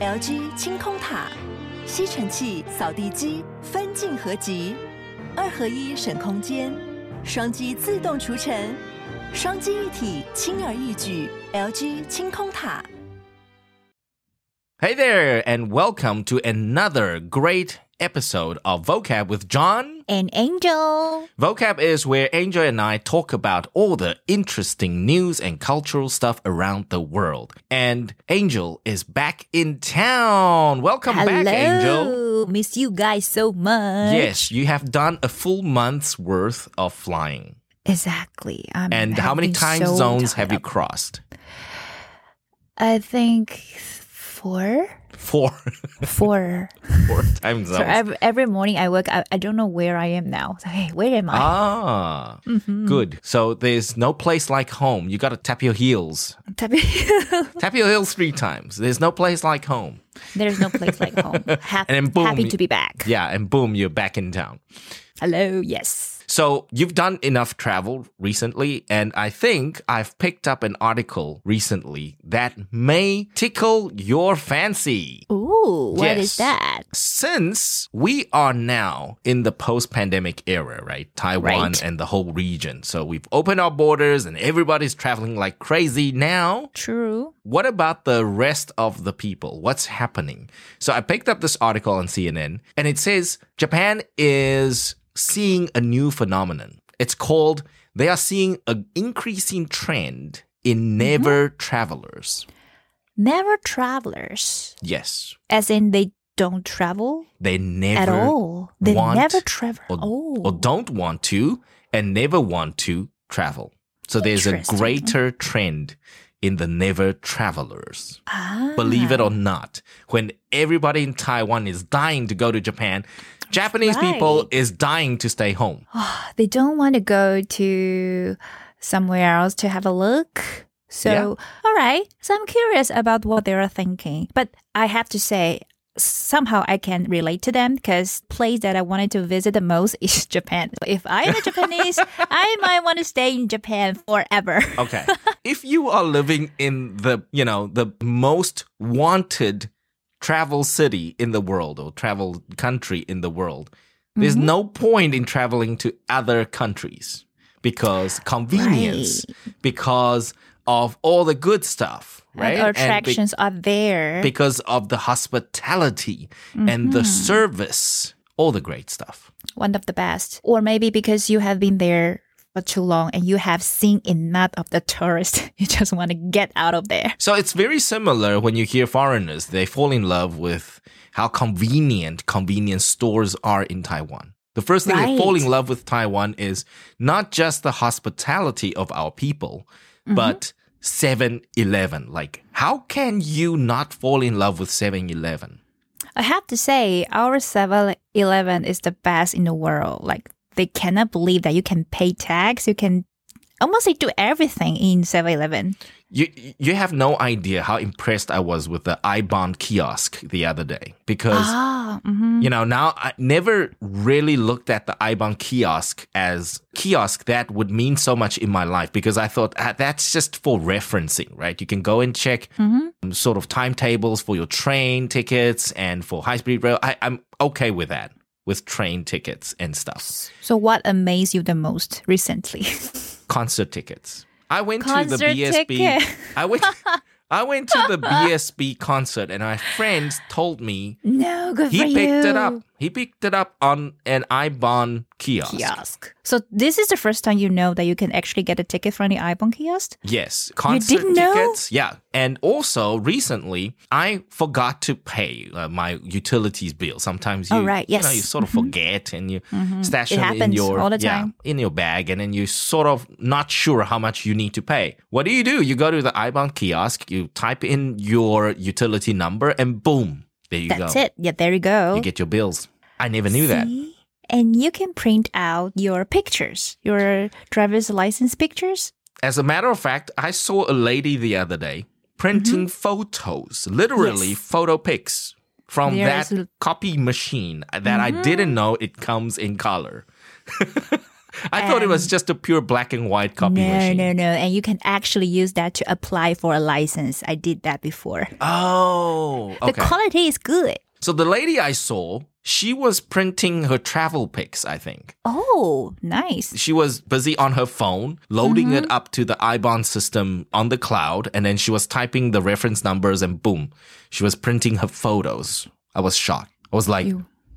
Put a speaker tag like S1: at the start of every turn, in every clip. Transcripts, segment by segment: S1: LG 清空塔、吸尘器、扫地机分镜合集，二合一省空间，双击自动除尘，双击一体轻而易举。LG 清空塔。
S2: Hey there, and welcome to another great episode of Vocab with John.
S3: An angel.
S2: Vocab is where Angel and I talk about all the interesting news and cultural stuff around the world. And Angel is back in town. Welcome back, Angel.
S3: Miss you guys so much.
S2: Yes, you have done a full month's worth of flying.
S3: Exactly. I'm,
S2: And
S3: I've
S2: how many
S3: been
S2: time
S3: so
S2: zones
S3: tied
S2: have you
S3: up.
S2: crossed?
S3: I think four.
S2: Four.
S3: Four.
S2: Four time zones.
S3: so every, every morning I wake up, I don't know where I am now. So, hey, where am I?
S2: Ah, good. So there's no place like home. You got to tap your heels. Tap your heels three times. There's no place like home.
S3: There's no place like home. Hap-
S2: And then boom,
S3: happy
S2: you-
S3: to be back.
S2: Yeah, and boom, you're back in town.
S3: Hello. Yes.
S2: So you've done enough travel recently, and I think I've picked up an article recently that may tickle your fancy.
S3: Ooh, what
S2: Yes.
S3: is that?
S2: Since we are now in the post pandemic era, right? Taiwan
S3: Right.
S2: and the whole region. So we've opened our borders and everybody's traveling like crazy now.
S3: True.
S2: What about the rest of the people? What's happening? So I picked up this article on CNN and it says Japan is seeing a new phenomenon. It's called they are seeing an increasing trend
S3: Mm-hmm.
S2: in never travelers.
S3: Never travelers.
S2: Yes.
S3: As in they don't travel
S2: They never
S3: at all. They
S2: want
S3: never travel.
S2: or,
S3: oh.
S2: or don't want to and never want to travel. So there's a
S3: Interesting.
S2: greater trend in the never travelers.
S3: Ah.
S2: believe it or not, when everybody in Taiwan is dying to go to Japan, Japanese
S3: Right.
S2: people is dying to stay home.
S3: they don't want to go to somewhere else to have a look. So, all right. So I'm curious about what they are thinking. But I have to say, somehow I can relate to them because place that I wanted to visit the most is Japan. If I am a Japanese, I might want to stay in Japan forever.
S2: Okay. if you are living in the, you know, the most wanted travel city in the world or travel country in the world, there's
S3: Mm-hmm.
S2: no point in traveling to other countries because convenience, because of all the good stuff, right?
S3: Our
S2: And be-
S3: attractions are there.
S2: because of the hospitality and the service, all the great stuff.
S3: one of the best. Or maybe because you have been there for too long and you have seen enough of the tourists. You just want to get out of there.
S2: So it's very similar when you hear foreigners, they fall in love with how convenient convenience stores are in Taiwan. The first thing they fall in love with Taiwan is not just the hospitality of our people, but 7 Eleven. Like, how can you not fall in love with 7 Eleven?
S3: I have to say, our 7 Eleven is the best in the world. Like, they cannot believe that you can pay tax, you can almost like, do everything in 7 Eleven.
S2: You you have no idea how impressed I was with the iBond kiosk the other day because
S3: Ah, mhm.
S2: you know now I never really looked at the iBond kiosk as kiosk that would mean so much in my life because I thought ah, that's just for referencing, right? You can go and check
S3: Mm-hmm.
S2: um, sort of timetables for your train tickets and for high speed rail. I, I'm okay with that with train tickets and stuff,
S3: So, what amazed you the most recently?
S2: concert tickets. I went to the
S3: Concert
S2: BSB.
S3: ticket.
S2: I went. I went to the BSB concert, and my friends told me
S3: no, good
S2: he
S3: for
S2: picked
S3: you.
S2: it up. He picked it up on an iBond kiosk.
S3: Kiosk. So, this is the first time you know that you can actually get a ticket from the iBon kiosk?
S2: Yes, concert
S3: didn't know?
S2: tickets. Yeah, and also recently I forgot to pay uh, my utilities bill. Sometimes you,
S3: Oh, right.
S2: you know,
S3: Yes. Mm-hmm.
S2: you sort of forget and you stash
S3: It
S2: them in
S3: happens
S2: your
S3: all the
S2: yeah,
S3: time.
S2: in your bag, and then you sort of not sure how much you need to pay. What do you do? You go to the iBond kiosk, you type in your utility number, and boom, there you
S3: That's
S2: go.
S3: it. Yeah, there you go.
S2: You get your bills. I never knew that.
S3: See? And you can print out your pictures, your driver's license pictures.
S2: As a matter of fact, I saw a lady the other day printing photos, literally
S3: Mm-hmm. Yes.
S2: photo pics from
S3: There
S2: that
S3: is a- Mm-hmm.
S2: copy machine that I didn't know it comes in color. I thought it was just a pure black and white copy
S3: no,
S2: machine.
S3: no, no. And you can actually use that to apply for a license. I did that before.
S2: Oh, okay.
S3: The quality is good.
S2: so the lady I saw, she was printing her travel pics, I think.
S3: Oh, nice.
S2: She was busy on her phone, loading it up to the IBAN system on the cloud, and then she was typing the reference numbers and boom, she was printing her photos. I was shocked. I was like,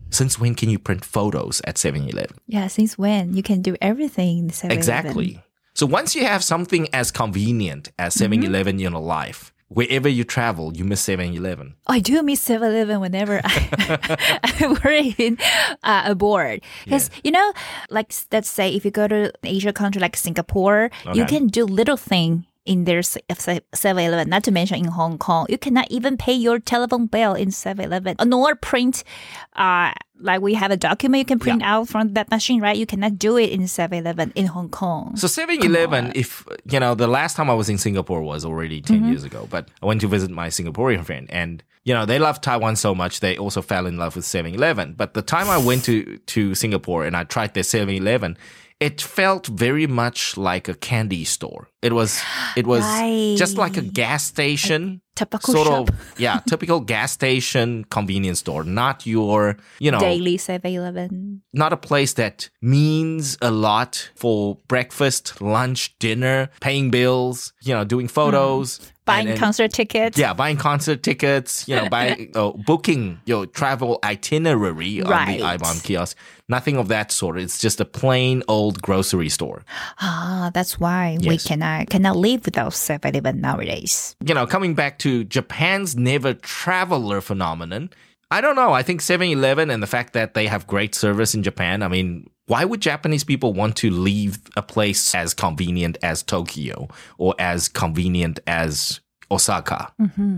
S2: since when can you print photos at 7-Eleven?
S3: Yeah, since when? You can do everything in 7
S2: Exactly. So once you have something as convenient as 7-Eleven in your life, wherever you travel, you miss 7-Eleven.
S3: I do miss 7 Eleven whenever I, I were in uh, abroad. Because, you know, like s- let's say if you go to an Asia country like Singapore, you
S2: Okay.
S3: can do little thing in their 7 Eleven, not to mention in Hong Kong. You cannot even pay your telephone bill in 7 Eleven, nor print, uh, like we have a document you can print out from that machine, right? You cannot do it in 7 Eleven in Hong Kong.
S2: So 7-Eleven, if you know, the last time I was in Singapore was already 10 years ago, but I went to visit my Singaporean friend and you know, they love Taiwan so much they also fell in love with 7-Eleven. But the time I went to to Singapore and I tried their 7-Eleven, it felt very much like a candy store. It was it was just like a gas station.
S3: Tobacco
S2: Sort
S3: shop,
S2: of, yeah, typical gas station convenience store, not your, you know,
S3: daily 7 Eleven.
S2: not a place that means a lot for breakfast, lunch, dinner, paying bills, you know, doing photos,
S3: Hmm. Buying
S2: and- and-
S3: concert tickets.
S2: Yeah, buying concert tickets, you know, buying, oh, booking your travel itinerary
S3: Right.
S2: on the IBOM kiosk. Nothing of that sort. It's just a plain old grocery store.
S3: Ah, that's why we
S2: Yes.
S3: cannot cannot live without 7-Eleven nowadays.
S2: You know, coming back to Japan's never traveler phenomenon, I don't know. I think 7 Eleven and the fact that they have great service in Japan, I mean, why would Japanese people want to leave a place as convenient as Tokyo or as convenient as Osaka,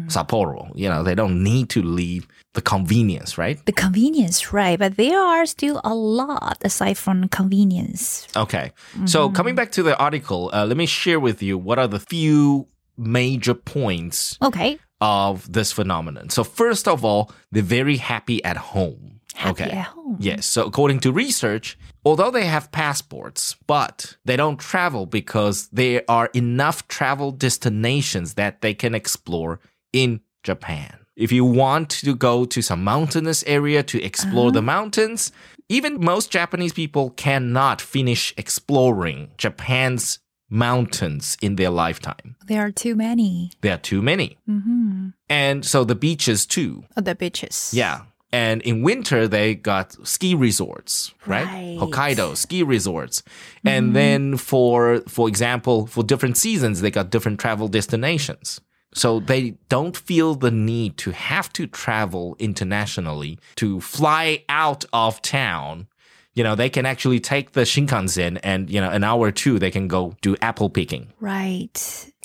S2: Sapporo? You know, they don't need to leave the convenience, right?
S3: The convenience, right? But there are still a lot aside from convenience.
S2: Okay. So coming back to the article, uh, let me share with you what are the few major points
S3: Okay.
S2: of this phenomenon. So, first of all, they're very happy at home.
S3: Happy at home.
S2: Yes. So, according to research, although they have passports, but they don't travel because there are enough travel destinations that they can explore in Japan. If you want to go to some mountainous area to explore
S3: Uh-huh.
S2: the mountains, even most Japanese people cannot finish exploring Japan's mountains in their lifetime.
S3: There are too many.
S2: There are too many.
S3: Mm-hmm.
S2: And so the beaches too.
S3: the beaches.
S2: Yeah. And in winter, they got ski resorts, right?
S3: Right.
S2: Hokkaido ski resorts. And then for, for example, for different seasons, they got different travel destinations. So they don't feel the need to have to travel internationally to fly out of town. You know, they can actually take the Shinkansen and, you know, an hour or two, they can go do apple picking
S3: Right.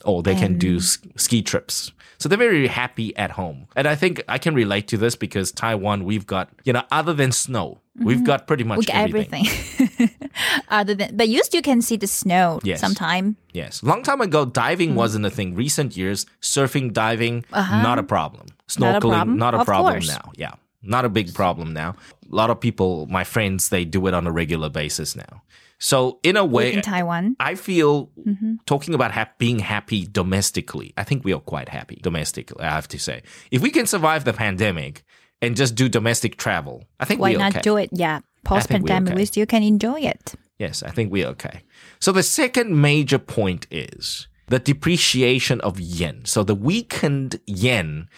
S2: or Oh, they can do s- ski trips. So they're very happy at home. And I think I can relate to this because Taiwan, we've got, you know, other than snow, we've got pretty much
S3: We got
S2: everything.
S3: everything. Other than but you still can see the snow
S2: Yes.
S3: sometime.
S2: Yes. Long time ago, diving wasn't a thing. Recent years, surfing, diving, not a problem. Snorkeling, not a problem,
S3: problem. Of course.
S2: now. Yeah. Not a big problem now. A lot of people, my friends, they do it on a regular basis now. So in a way,
S3: in Taiwan.
S2: uh, I feel
S3: Mm-hmm.
S2: talking about hap being happy domestically. I think we are quite happy domestically. I have to say, if we can survive the pandemic and just do domestic travel, I think
S3: Why
S2: we're
S3: not
S2: okay.
S3: do it? Yeah. Post
S2: think we're
S3: pandemic,
S2: okay.
S3: we still can enjoy it.
S2: Yes, I think we're okay. So the second major point is the depreciation of yen. So the weakened yen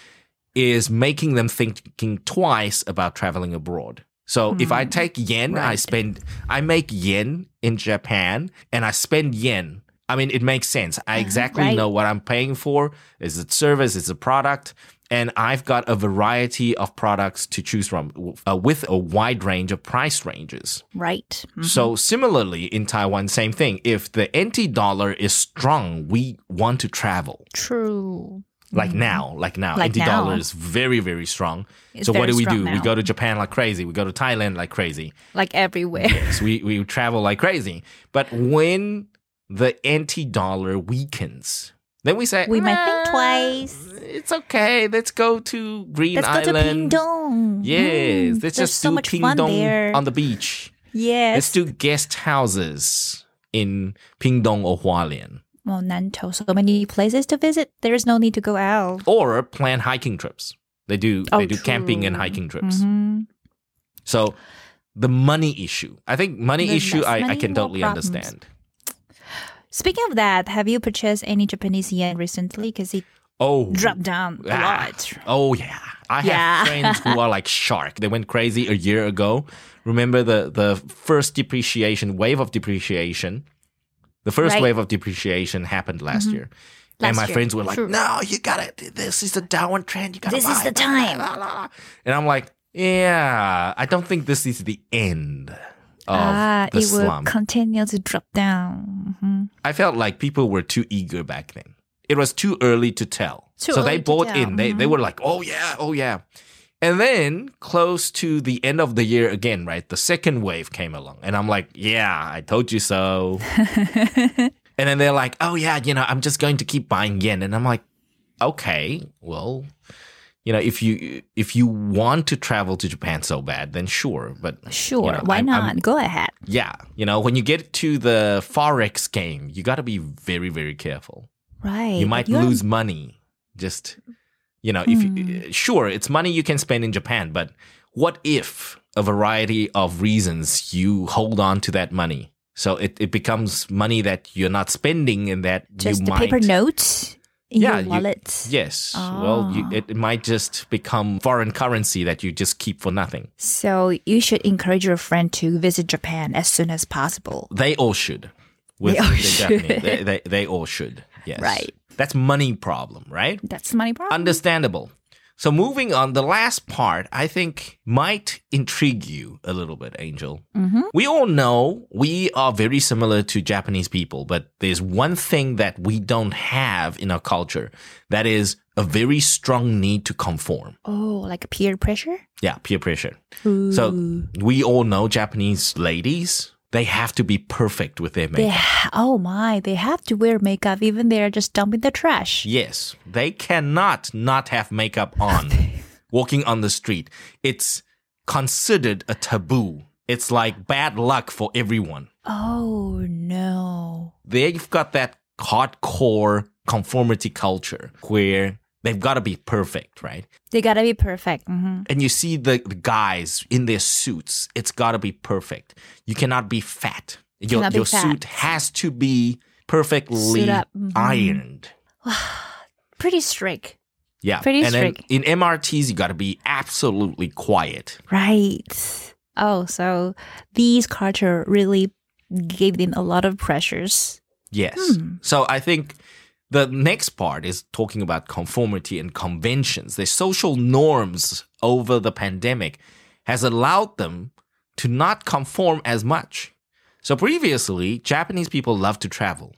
S2: is making them thinking twice about traveling abroad. So if I take yen, I spend, I make yen in Japan and I spend yen. I mean, it makes sense. I exactly
S3: right.
S2: know what I'm paying for. Is it service? Is it product? And I've got a variety of products to choose from uh, with a wide range of price ranges.
S3: Right. Mm.
S2: So similarly in Taiwan, same thing. If the NT dollar is strong, we want to travel.
S3: True.
S2: Like now, like now,
S3: Mm-hmm. Like
S2: NT dollar
S3: now.
S2: is very, very strong.
S3: It's
S2: so what
S3: very
S2: do we
S3: strong
S2: do? We
S3: now.
S2: go to Japan like crazy. We go to Thailand like crazy.
S3: Like everywhere.
S2: So we we travel like crazy. But when the NT dollar weakens, then we say
S3: We might think
S2: "Nah,
S3: twice.
S2: It's okay. Let's go to Green
S3: Let's go to
S2: Island.
S3: Pingdong.
S2: Yes,
S3: Mm,
S2: let's
S3: there's
S2: just
S3: so
S2: do
S3: much fun
S2: Pingdong
S3: there.
S2: on the beach. Let's
S3: Yes.
S2: do guest houses in Pingdong or Hualien.
S3: Well, Nantou, so many places to visit. There is no need to go out.
S2: Or plan hiking trips. They do
S3: Oh,
S2: they do camping and
S3: true.
S2: hiking trips.
S3: Mhm.
S2: So the money issue. I think money
S3: The
S2: issue I, I
S3: investment,
S2: can
S3: more
S2: totally
S3: problems.
S2: understand.
S3: Speaking of that, have you purchased any Japanese yen recently? Because it
S2: Oh
S3: dropped down um, a
S2: Ah.
S3: lot.
S2: Oh yeah. I have
S3: Yeah.
S2: friends who are like shark. They went crazy a year ago. Remember the the first depreciation wave of depreciation? The first
S3: Right. Mm-hmm.
S2: wave of depreciation happened last year. and
S3: Last
S2: my
S3: year.
S2: friends were like,
S3: True.
S2: "No, you got to This is the downward trend. You got to
S3: This is the time."
S2: And I'm like, "Yeah, I don't think this is the end of
S3: Ah,
S2: the
S3: it will
S2: slump."
S3: continue to drop down. Mhm.
S2: I felt like people were too eager back then. It was too early to tell.
S3: Too
S2: so they
S3: early to
S2: bought
S3: tell, Mm-hmm.
S2: in. They they were like, "Oh yeah, oh yeah." And then close to the end of the year again, right? The second wave came along. And I'm like, "Yeah, I told you so." and then they're like, "Oh yeah, you know, I'm just going to keep buying yen." And I'm like, "Okay, well, you know, if you if you want to travel to Japan so bad, then sure, but
S3: Sure,
S2: know,
S3: why
S2: I'm-
S3: not?
S2: I'm-
S3: Go ahead.
S2: yeah, you know, when you get to the forex game, you got to be very, very careful.
S3: Right.
S2: You might
S3: You're-
S2: lose money. Just, you know, if
S3: Hmm.
S2: you, sure, it's money you can spend in Japan, but what if a variety of reasons you hold on to that money? So it, it becomes money that you're not spending and that
S3: just
S2: you
S3: a
S2: might.
S3: paper note in
S2: Yeah,
S3: your
S2: you-
S3: wallet.
S2: Yes. Well, you,
S3: Ah.
S2: it, it might just become foreign currency that you just keep for nothing.
S3: So you should encourage your friend to visit Japan as soon as possible.
S2: They all should. With
S3: They all
S2: the
S3: should.
S2: Japanese. They, they, they all should. Yes.
S3: Right.
S2: That's money problem, right?
S3: That's money problem.
S2: Understandable. So moving on, the last part I think might intrigue you a little bit, Angel.
S3: Mhm.
S2: We all know we are very similar to Japanese people, but there's one thing that we don't have in our culture that is a very strong need to conform.
S3: oh, like peer pressure?
S2: Yeah, peer pressure.
S3: Ooh.
S2: So we all know Japanese ladies, they have to be perfect with their
S3: They
S2: makeup.
S3: ha- oh my, they have to wear makeup even they are just dumping the trash.
S2: Yes, they cannot not have makeup on walking on the street. It's considered a taboo. It's like bad luck for everyone.
S3: Oh no.
S2: They've got that hardcore conformity culture where they've got to be perfect, right?
S3: They gotta be perfect. hmm
S2: And you see the, the guys in their suits, it's got to be perfect. You cannot be fat. Your,
S3: Cannot be
S2: your
S3: fat.
S2: suit has to be perfectly
S3: Suit up, mhm.
S2: ironed.
S3: Pretty strict.
S2: Yeah.
S3: Pretty
S2: and then
S3: strict.
S2: in MRTs, you got to be absolutely quiet.
S3: Right. Oh, so these culture really gave them a lot of pressures.
S2: Yes.
S3: Hmm.
S2: So I think the next part is talking about conformity and conventions. The social norms over the pandemic has allowed them to not conform as much. So previously, Japanese people love to travel.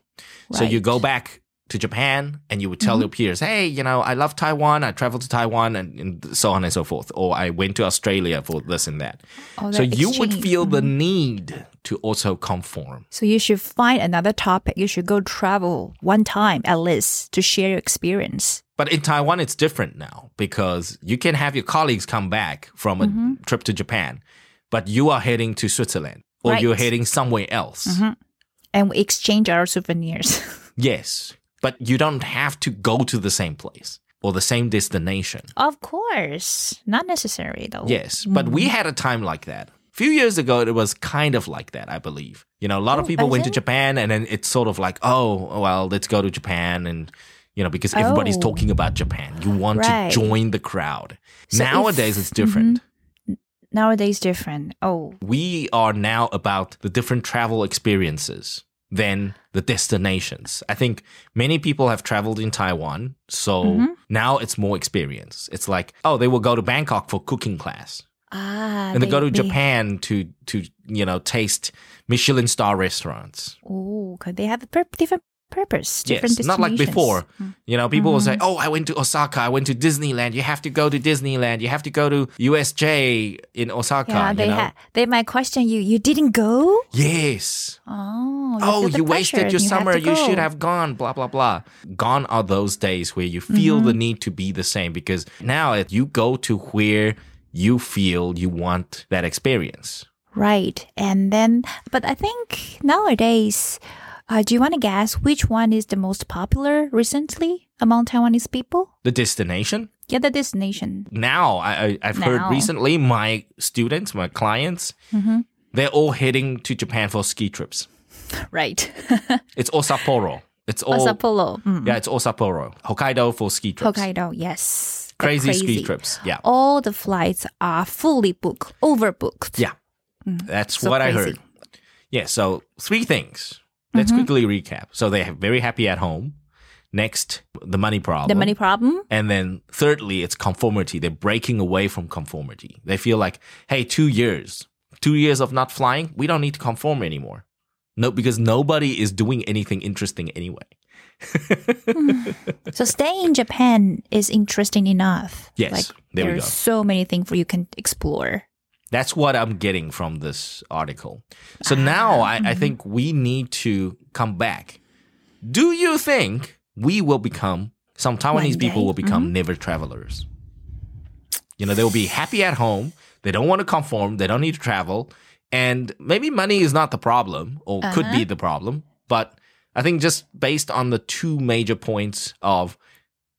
S2: So you
S3: Right. Mm-hmm.
S2: go back to Japan and you would tell your peers, hey, you know, I love Taiwan. I traveled to Taiwan and, and so on and so forth. Or I went to Australia for this and that.
S3: Oh,
S2: so
S3: that
S2: you would
S3: exchange. mm-hmm.
S2: feel the need to also conform.
S3: So you should find another topic. You should go travel one time at least to share your experience.
S2: But in Taiwan, it's different now because you can have your colleagues come back from a
S3: Mm-hmm.
S2: trip to Japan, but you are heading to Switzerland or
S3: Right. Mm-hmm.
S2: you're heading somewhere else.
S3: And we exchange our souvenirs.
S2: Yes. But you don't have to go to the same place or the same destination.
S3: of course. Not necessary though. Mm.
S2: Yes. But we had a time like that. A few years ago, it was kind of like that, I believe. You know, a lot of
S3: Oh,
S2: people went to
S3: Basil?
S2: Japan and then it's sort of like, oh, well, let's go to Japan. And, you know, because everybody's
S3: Oh.
S2: talking about Japan, you want
S3: Right.
S2: to join the crowd.
S3: So if- Mm-hmm.
S2: Nowadays, it's different.
S3: Nowadays different. Oh.
S2: we are now about the different travel experiences than the destinations. I think many people have traveled in Taiwan, so
S3: Mm-hmm.
S2: now it's more experience. It's like, oh, they will go to Bangkok for cooking class.
S3: Ah.
S2: And they, go to Japan to to you know taste Michelin star restaurants.
S3: Oh, because they have a pur- different purpose. Different
S2: Yes, not like
S3: destinations. Mm. Mm-hmm.
S2: before. You know, people will say, "Oh, I went to Osaka. I went to Disneyland. You have to go to Disneyland. You have to go to USJ in Osaka."
S3: Yeah,
S2: you
S3: they
S2: know?
S3: ha- they might question you. You didn't go?
S2: yes, oh,
S3: Oh. feel
S2: you
S3: the pressure
S2: wasted your
S3: and had
S2: summer.
S3: to
S2: You should
S3: go.
S2: have gone, blah, blah, blah. Gone are those days where you feel the
S3: Mm-hmm.
S2: need to be the same because now you go to where you feel you want that experience.
S3: Right. And then, but I think nowadays, uh, do you want to guess which one is the most popular recently among Taiwanese people?
S2: The destination?
S3: Yeah, the destination.
S2: Now, I, I, I've heard
S3: Now. Mm-hmm.
S2: recently my students, my clients, they're all heading to Japan for ski trips.
S3: Right.
S2: It's all Sapporo. It's all.
S3: Sapporo. Mm.
S2: Yeah, it's all Sapporo. Hokkaido for ski trips.
S3: Hokkaido. Yes. They're
S2: Crazy, ski trips. Yeah.
S3: All the flights are fully booked, overbooked.
S2: Yeah. That's
S3: Mm-hmm. So
S2: what I
S3: crazy. Mm-hmm.
S2: heard. Yeah, so three things. Let's quickly recap. So they're very happy at home. Next, the money problem.
S3: The money problem.
S2: And then thirdly, it's conformity. They're breaking away from conformity. They feel like, hey, two years, two years of not flying, we don't need to conform anymore. No, because nobody is doing anything interesting anyway.
S3: So staying in Japan is interesting enough.
S2: Yes, there we
S3: there's
S2: go.
S3: so many things for you can explore.
S2: That's what I'm getting from this article.
S3: Ah.
S2: So now I,
S3: Mm-hmm.
S2: I think we need to come back. Do you think we will become, some Taiwanese
S3: One
S2: people
S3: day. Mm-hmm.
S2: will become never travelers? You know, they'll be happy at home. They don't want to conform. They don't need to travel. And maybe money is not the problem or could
S3: Uh-huh.
S2: be the problem. But I think just based on the two major points of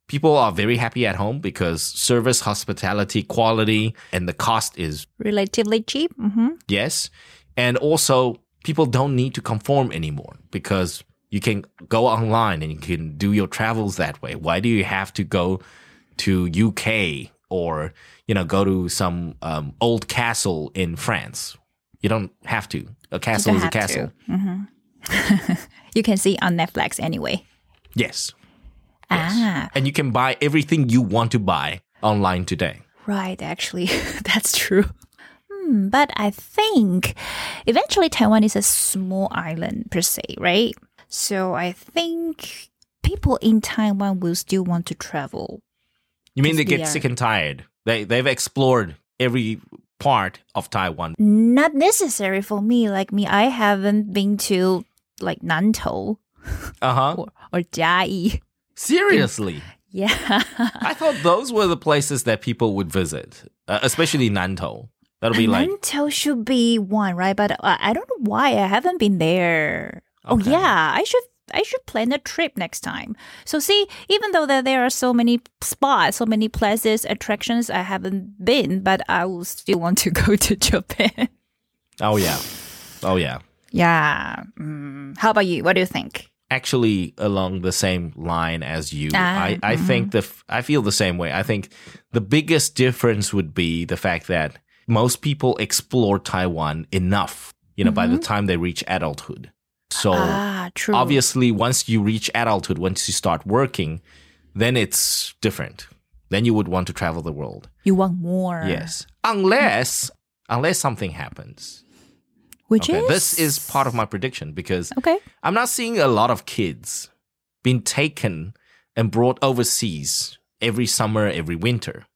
S2: people are very happy at home because service, hospitality, quality, and the cost is
S3: Relatively cheap. hmm
S2: Yes. And also, people don't need to conform anymore because you can go online and you can do your travels that way. Why do you have to go to UK or you know go to some um, old castle in France? You don't have to. A castle is
S3: don't
S2: a
S3: have to.
S2: castle.
S3: You can see on Netflix anyway.
S2: Yes.
S3: Ah,
S2: And you can buy everything you want to buy online today.
S3: right. Actually, that's true. Hmm, but I think eventually Taiwan is a small island per se, right? So I think people in Taiwan will still want to travel.
S2: You mean they
S3: Because we
S2: get
S3: are-
S2: sick and tired? They they've explored every part of Taiwan.
S3: Not necessary for me. Like me, I haven't been to like Nantou
S2: Uh huh.
S3: or, or Jiai.
S2: Seriously.
S3: Yeah.
S2: I thought those were the places that people would visit, uh, especially Nantou. That'll be like,
S3: Nantou should be one, right? But uh, I, I don't know why I haven't been there. Oh
S2: Okay.
S3: yeah, I should I should plan a trip next time. So see, even though that there are so many spots, so many places, attractions I haven't been, but I will still want to go to Japan.
S2: oh yeah, oh yeah.
S3: yeah. Mm. How about you? What do you think?
S2: Actually, along the same line as you,
S3: Ah,
S2: I, I think the f- I feel the same way. I think the biggest difference would be the fact that most people explore Taiwan enough, you know, by the time they reach adulthood. So
S3: Mm-hmm. ah, true.
S2: obviously, once you reach adulthood, once you start working, then it's different. Then you would want to travel the world.
S3: You want more.
S2: Yes, unless unless something happens.
S3: Which
S2: Okay,
S3: is
S2: this is part of my prediction because
S3: Okay.
S2: I'm not seeing a lot of kids being taken and brought overseas every summer, every winter.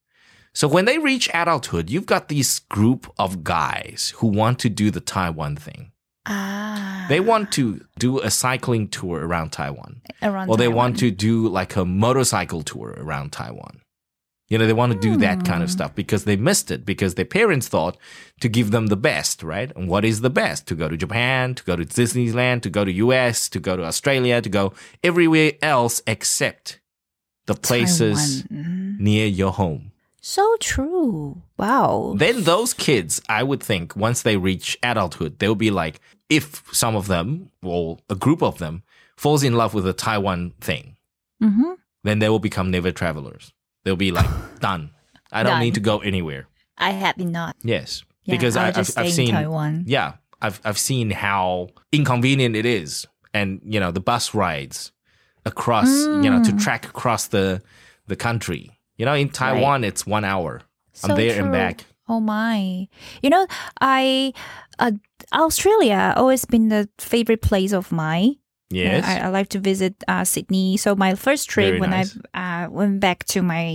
S2: So when they reach adulthood, you've got this group of guys who want to do the Taiwan thing.
S3: Ah.
S2: They want to do a cycling tour around Taiwan,
S3: around
S2: or they
S3: Taiwan.
S2: want to do like a motorcycle tour around Taiwan. You know, they want to do that kind
S3: Hmm.
S2: of stuff because they missed it because their parents thought to give them the best, right? And what is the best? To go to Japan, to go to Disneyland, to go to US, to go to Australia, to go everywhere else except the places
S3: Taiwan. Mhm.
S2: near your home.
S3: So true. Wow.
S2: Then those kids, I would think, once they reach adulthood, they'll be like, if some of them, or a group of them, falls in love with the Taiwan thing,
S3: hmm
S2: then they will become never travelers. They'll be like, done. I don't
S3: Done.
S2: need to go anywhere.
S3: I have not.
S2: Yes.
S3: Yeah,
S2: because I,
S3: I'll
S2: I've,
S3: just
S2: I've
S3: stay in
S2: seen,
S3: Taiwan.
S2: yeah, I've, I've seen how inconvenient it is. And, you know, the bus rides across, you know, to
S3: Mm.
S2: track across the, the country. You know, in Taiwan, it's one hour.
S3: So
S2: I'm there and
S3: true.
S2: back.
S3: Oh my. You know, I uh, Australia always been the favorite place of mine. You know,
S2: Yes.
S3: I, I like to visit uh, Sydney. So my first trip
S2: Very
S3: when
S2: nice.
S3: I uh, went back to my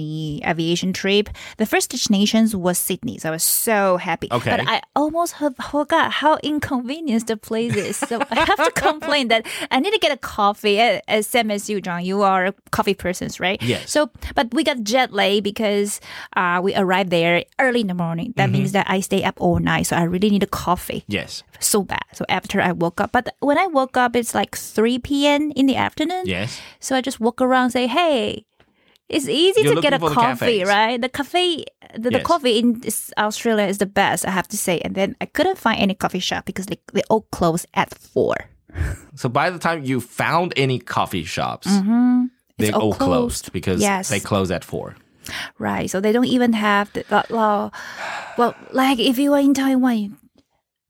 S3: aviation trip, the first destinations was Sydney. So I was so happy.
S2: Okay.
S3: But I almost ho- forgot how inconvenient the place is. So I have to complain that I need to get a coffee. uh, uh, Same as you, John. You are a coffee persons, right?
S2: Yes.
S3: So, but we got jet lag because uh, we arrived there early in the morning.
S2: Mm-hmm.
S3: That means that I stay up all night. So I really need a coffee
S2: Yes.
S3: so bad. So after I woke up, but when I woke up, it's like 3 p.m. in the afternoon.
S2: Yes.
S3: So I just walk around, say, hey, it's easy
S2: You're
S3: to get a
S2: looking for the
S3: coffee,
S2: cafes.
S3: right? The cafe, the, the
S2: Yes.
S3: coffee in s- Australia is the best, I have to say. And then I couldn't find any coffee shop because they, they all close at 4.
S2: So by the time you found any coffee shops,
S3: Mm-hmm.
S2: they
S3: all
S2: all closed,
S3: closed.
S2: because
S3: Yes.
S2: they close at four.
S3: Right. So they don't even have the, the law. Well, like if you are in Taiwan, you-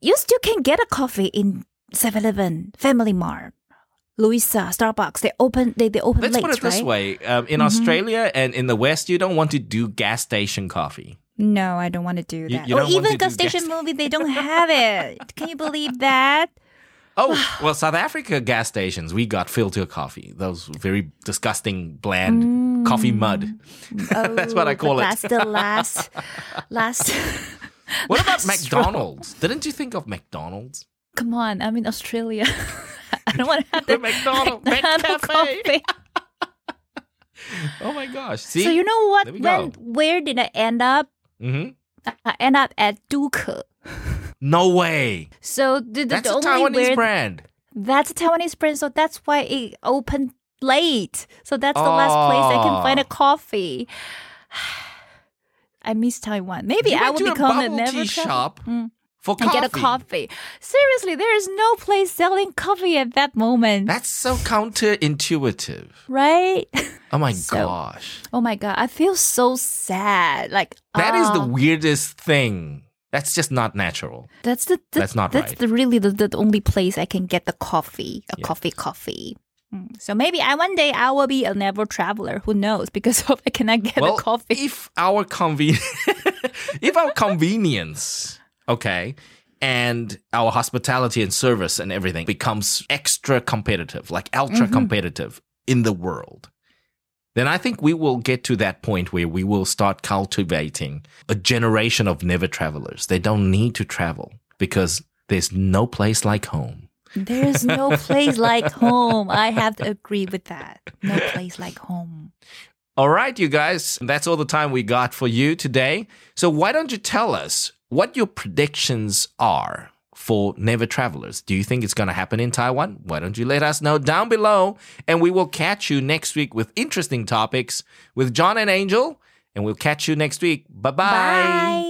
S3: you still can get a coffee in 7-Eleven, Family Mart, Louisa, Starbucks. They open they, they open
S2: Let's
S3: late,
S2: put it
S3: right? Mm-hmm.
S2: this way: um, in Australia and in the West, you don't want to do gas station coffee.
S3: No, I don't want to do that.
S2: you
S3: or
S2: don't want
S3: even
S2: to do
S3: gas station
S2: gas-
S3: movie, they don't have it. Can you believe that?
S2: Oh well, South Africa gas stations we got filter coffee. Those very disgusting bland
S3: Mm.
S2: coffee mud. That's what I
S3: Oh,
S2: call
S3: but
S2: it.
S3: That's the last last
S2: What about
S3: That's true.
S2: McDonald's? Didn't you think of McDonald's?
S3: Come on, I'm in Australia. I don't want to have
S2: The
S3: the
S2: McDonald's
S3: McDonald's
S2: McCafe.
S3: coffee.
S2: Oh my gosh! See,
S3: So you know what?
S2: There we
S3: When
S2: go.
S3: where did I end up?
S2: hmm
S3: I end up at Duke.
S2: no way.
S3: So the, the,
S2: That's
S3: the
S2: a
S3: only
S2: Taiwanese
S3: where
S2: brand.
S3: that's a Taiwanese brand, so that's why it opened late. So that's the last place I can find a
S2: Oh.
S3: coffee. I miss Taiwan. Maybe
S2: You
S3: I
S2: went
S3: will
S2: to
S3: become
S2: a
S3: a
S2: bubble
S3: never
S2: tea
S3: travel-
S2: shop
S3: Mm.
S2: for
S3: and
S2: coffee.
S3: get a coffee. Seriously, there is no place selling coffee at that moment,
S2: That's so counterintuitive.
S3: right?
S2: Oh my
S3: So-
S2: gosh.
S3: oh my god, I feel so sad. Like
S2: that is the
S3: ah.
S2: weirdest thing. That's just not natural.
S3: That's the, the-
S2: That's not
S3: that's
S2: right.
S3: the really the, the only place I can get the coffee, a
S2: Yeah.
S3: coffee, coffee. Mm. So maybe I one day I will be a never traveler. Who knows? Because of, I cannot get
S2: well,
S3: a coffee.
S2: if our conven- if our convenience, okay, and our hospitality and service and everything becomes extra competitive, like ultra
S3: Mm-hmm.
S2: competitive in the world, then I think we will get to that point where we will start cultivating a generation of never travelers. They don't need to travel because there's no place like home.
S3: There is no place like home. I have to agree with that. No place like home.
S2: All right, you guys, that's all the time we got for you today. So, why don't you tell us what your predictions are for Never Travelers? Do you think it's going to happen in Taiwan? Why don't you let us know down below? And we will catch you next week with interesting topics with John and Angel. And we'll catch you next week. Bye-bye.
S3: Bye.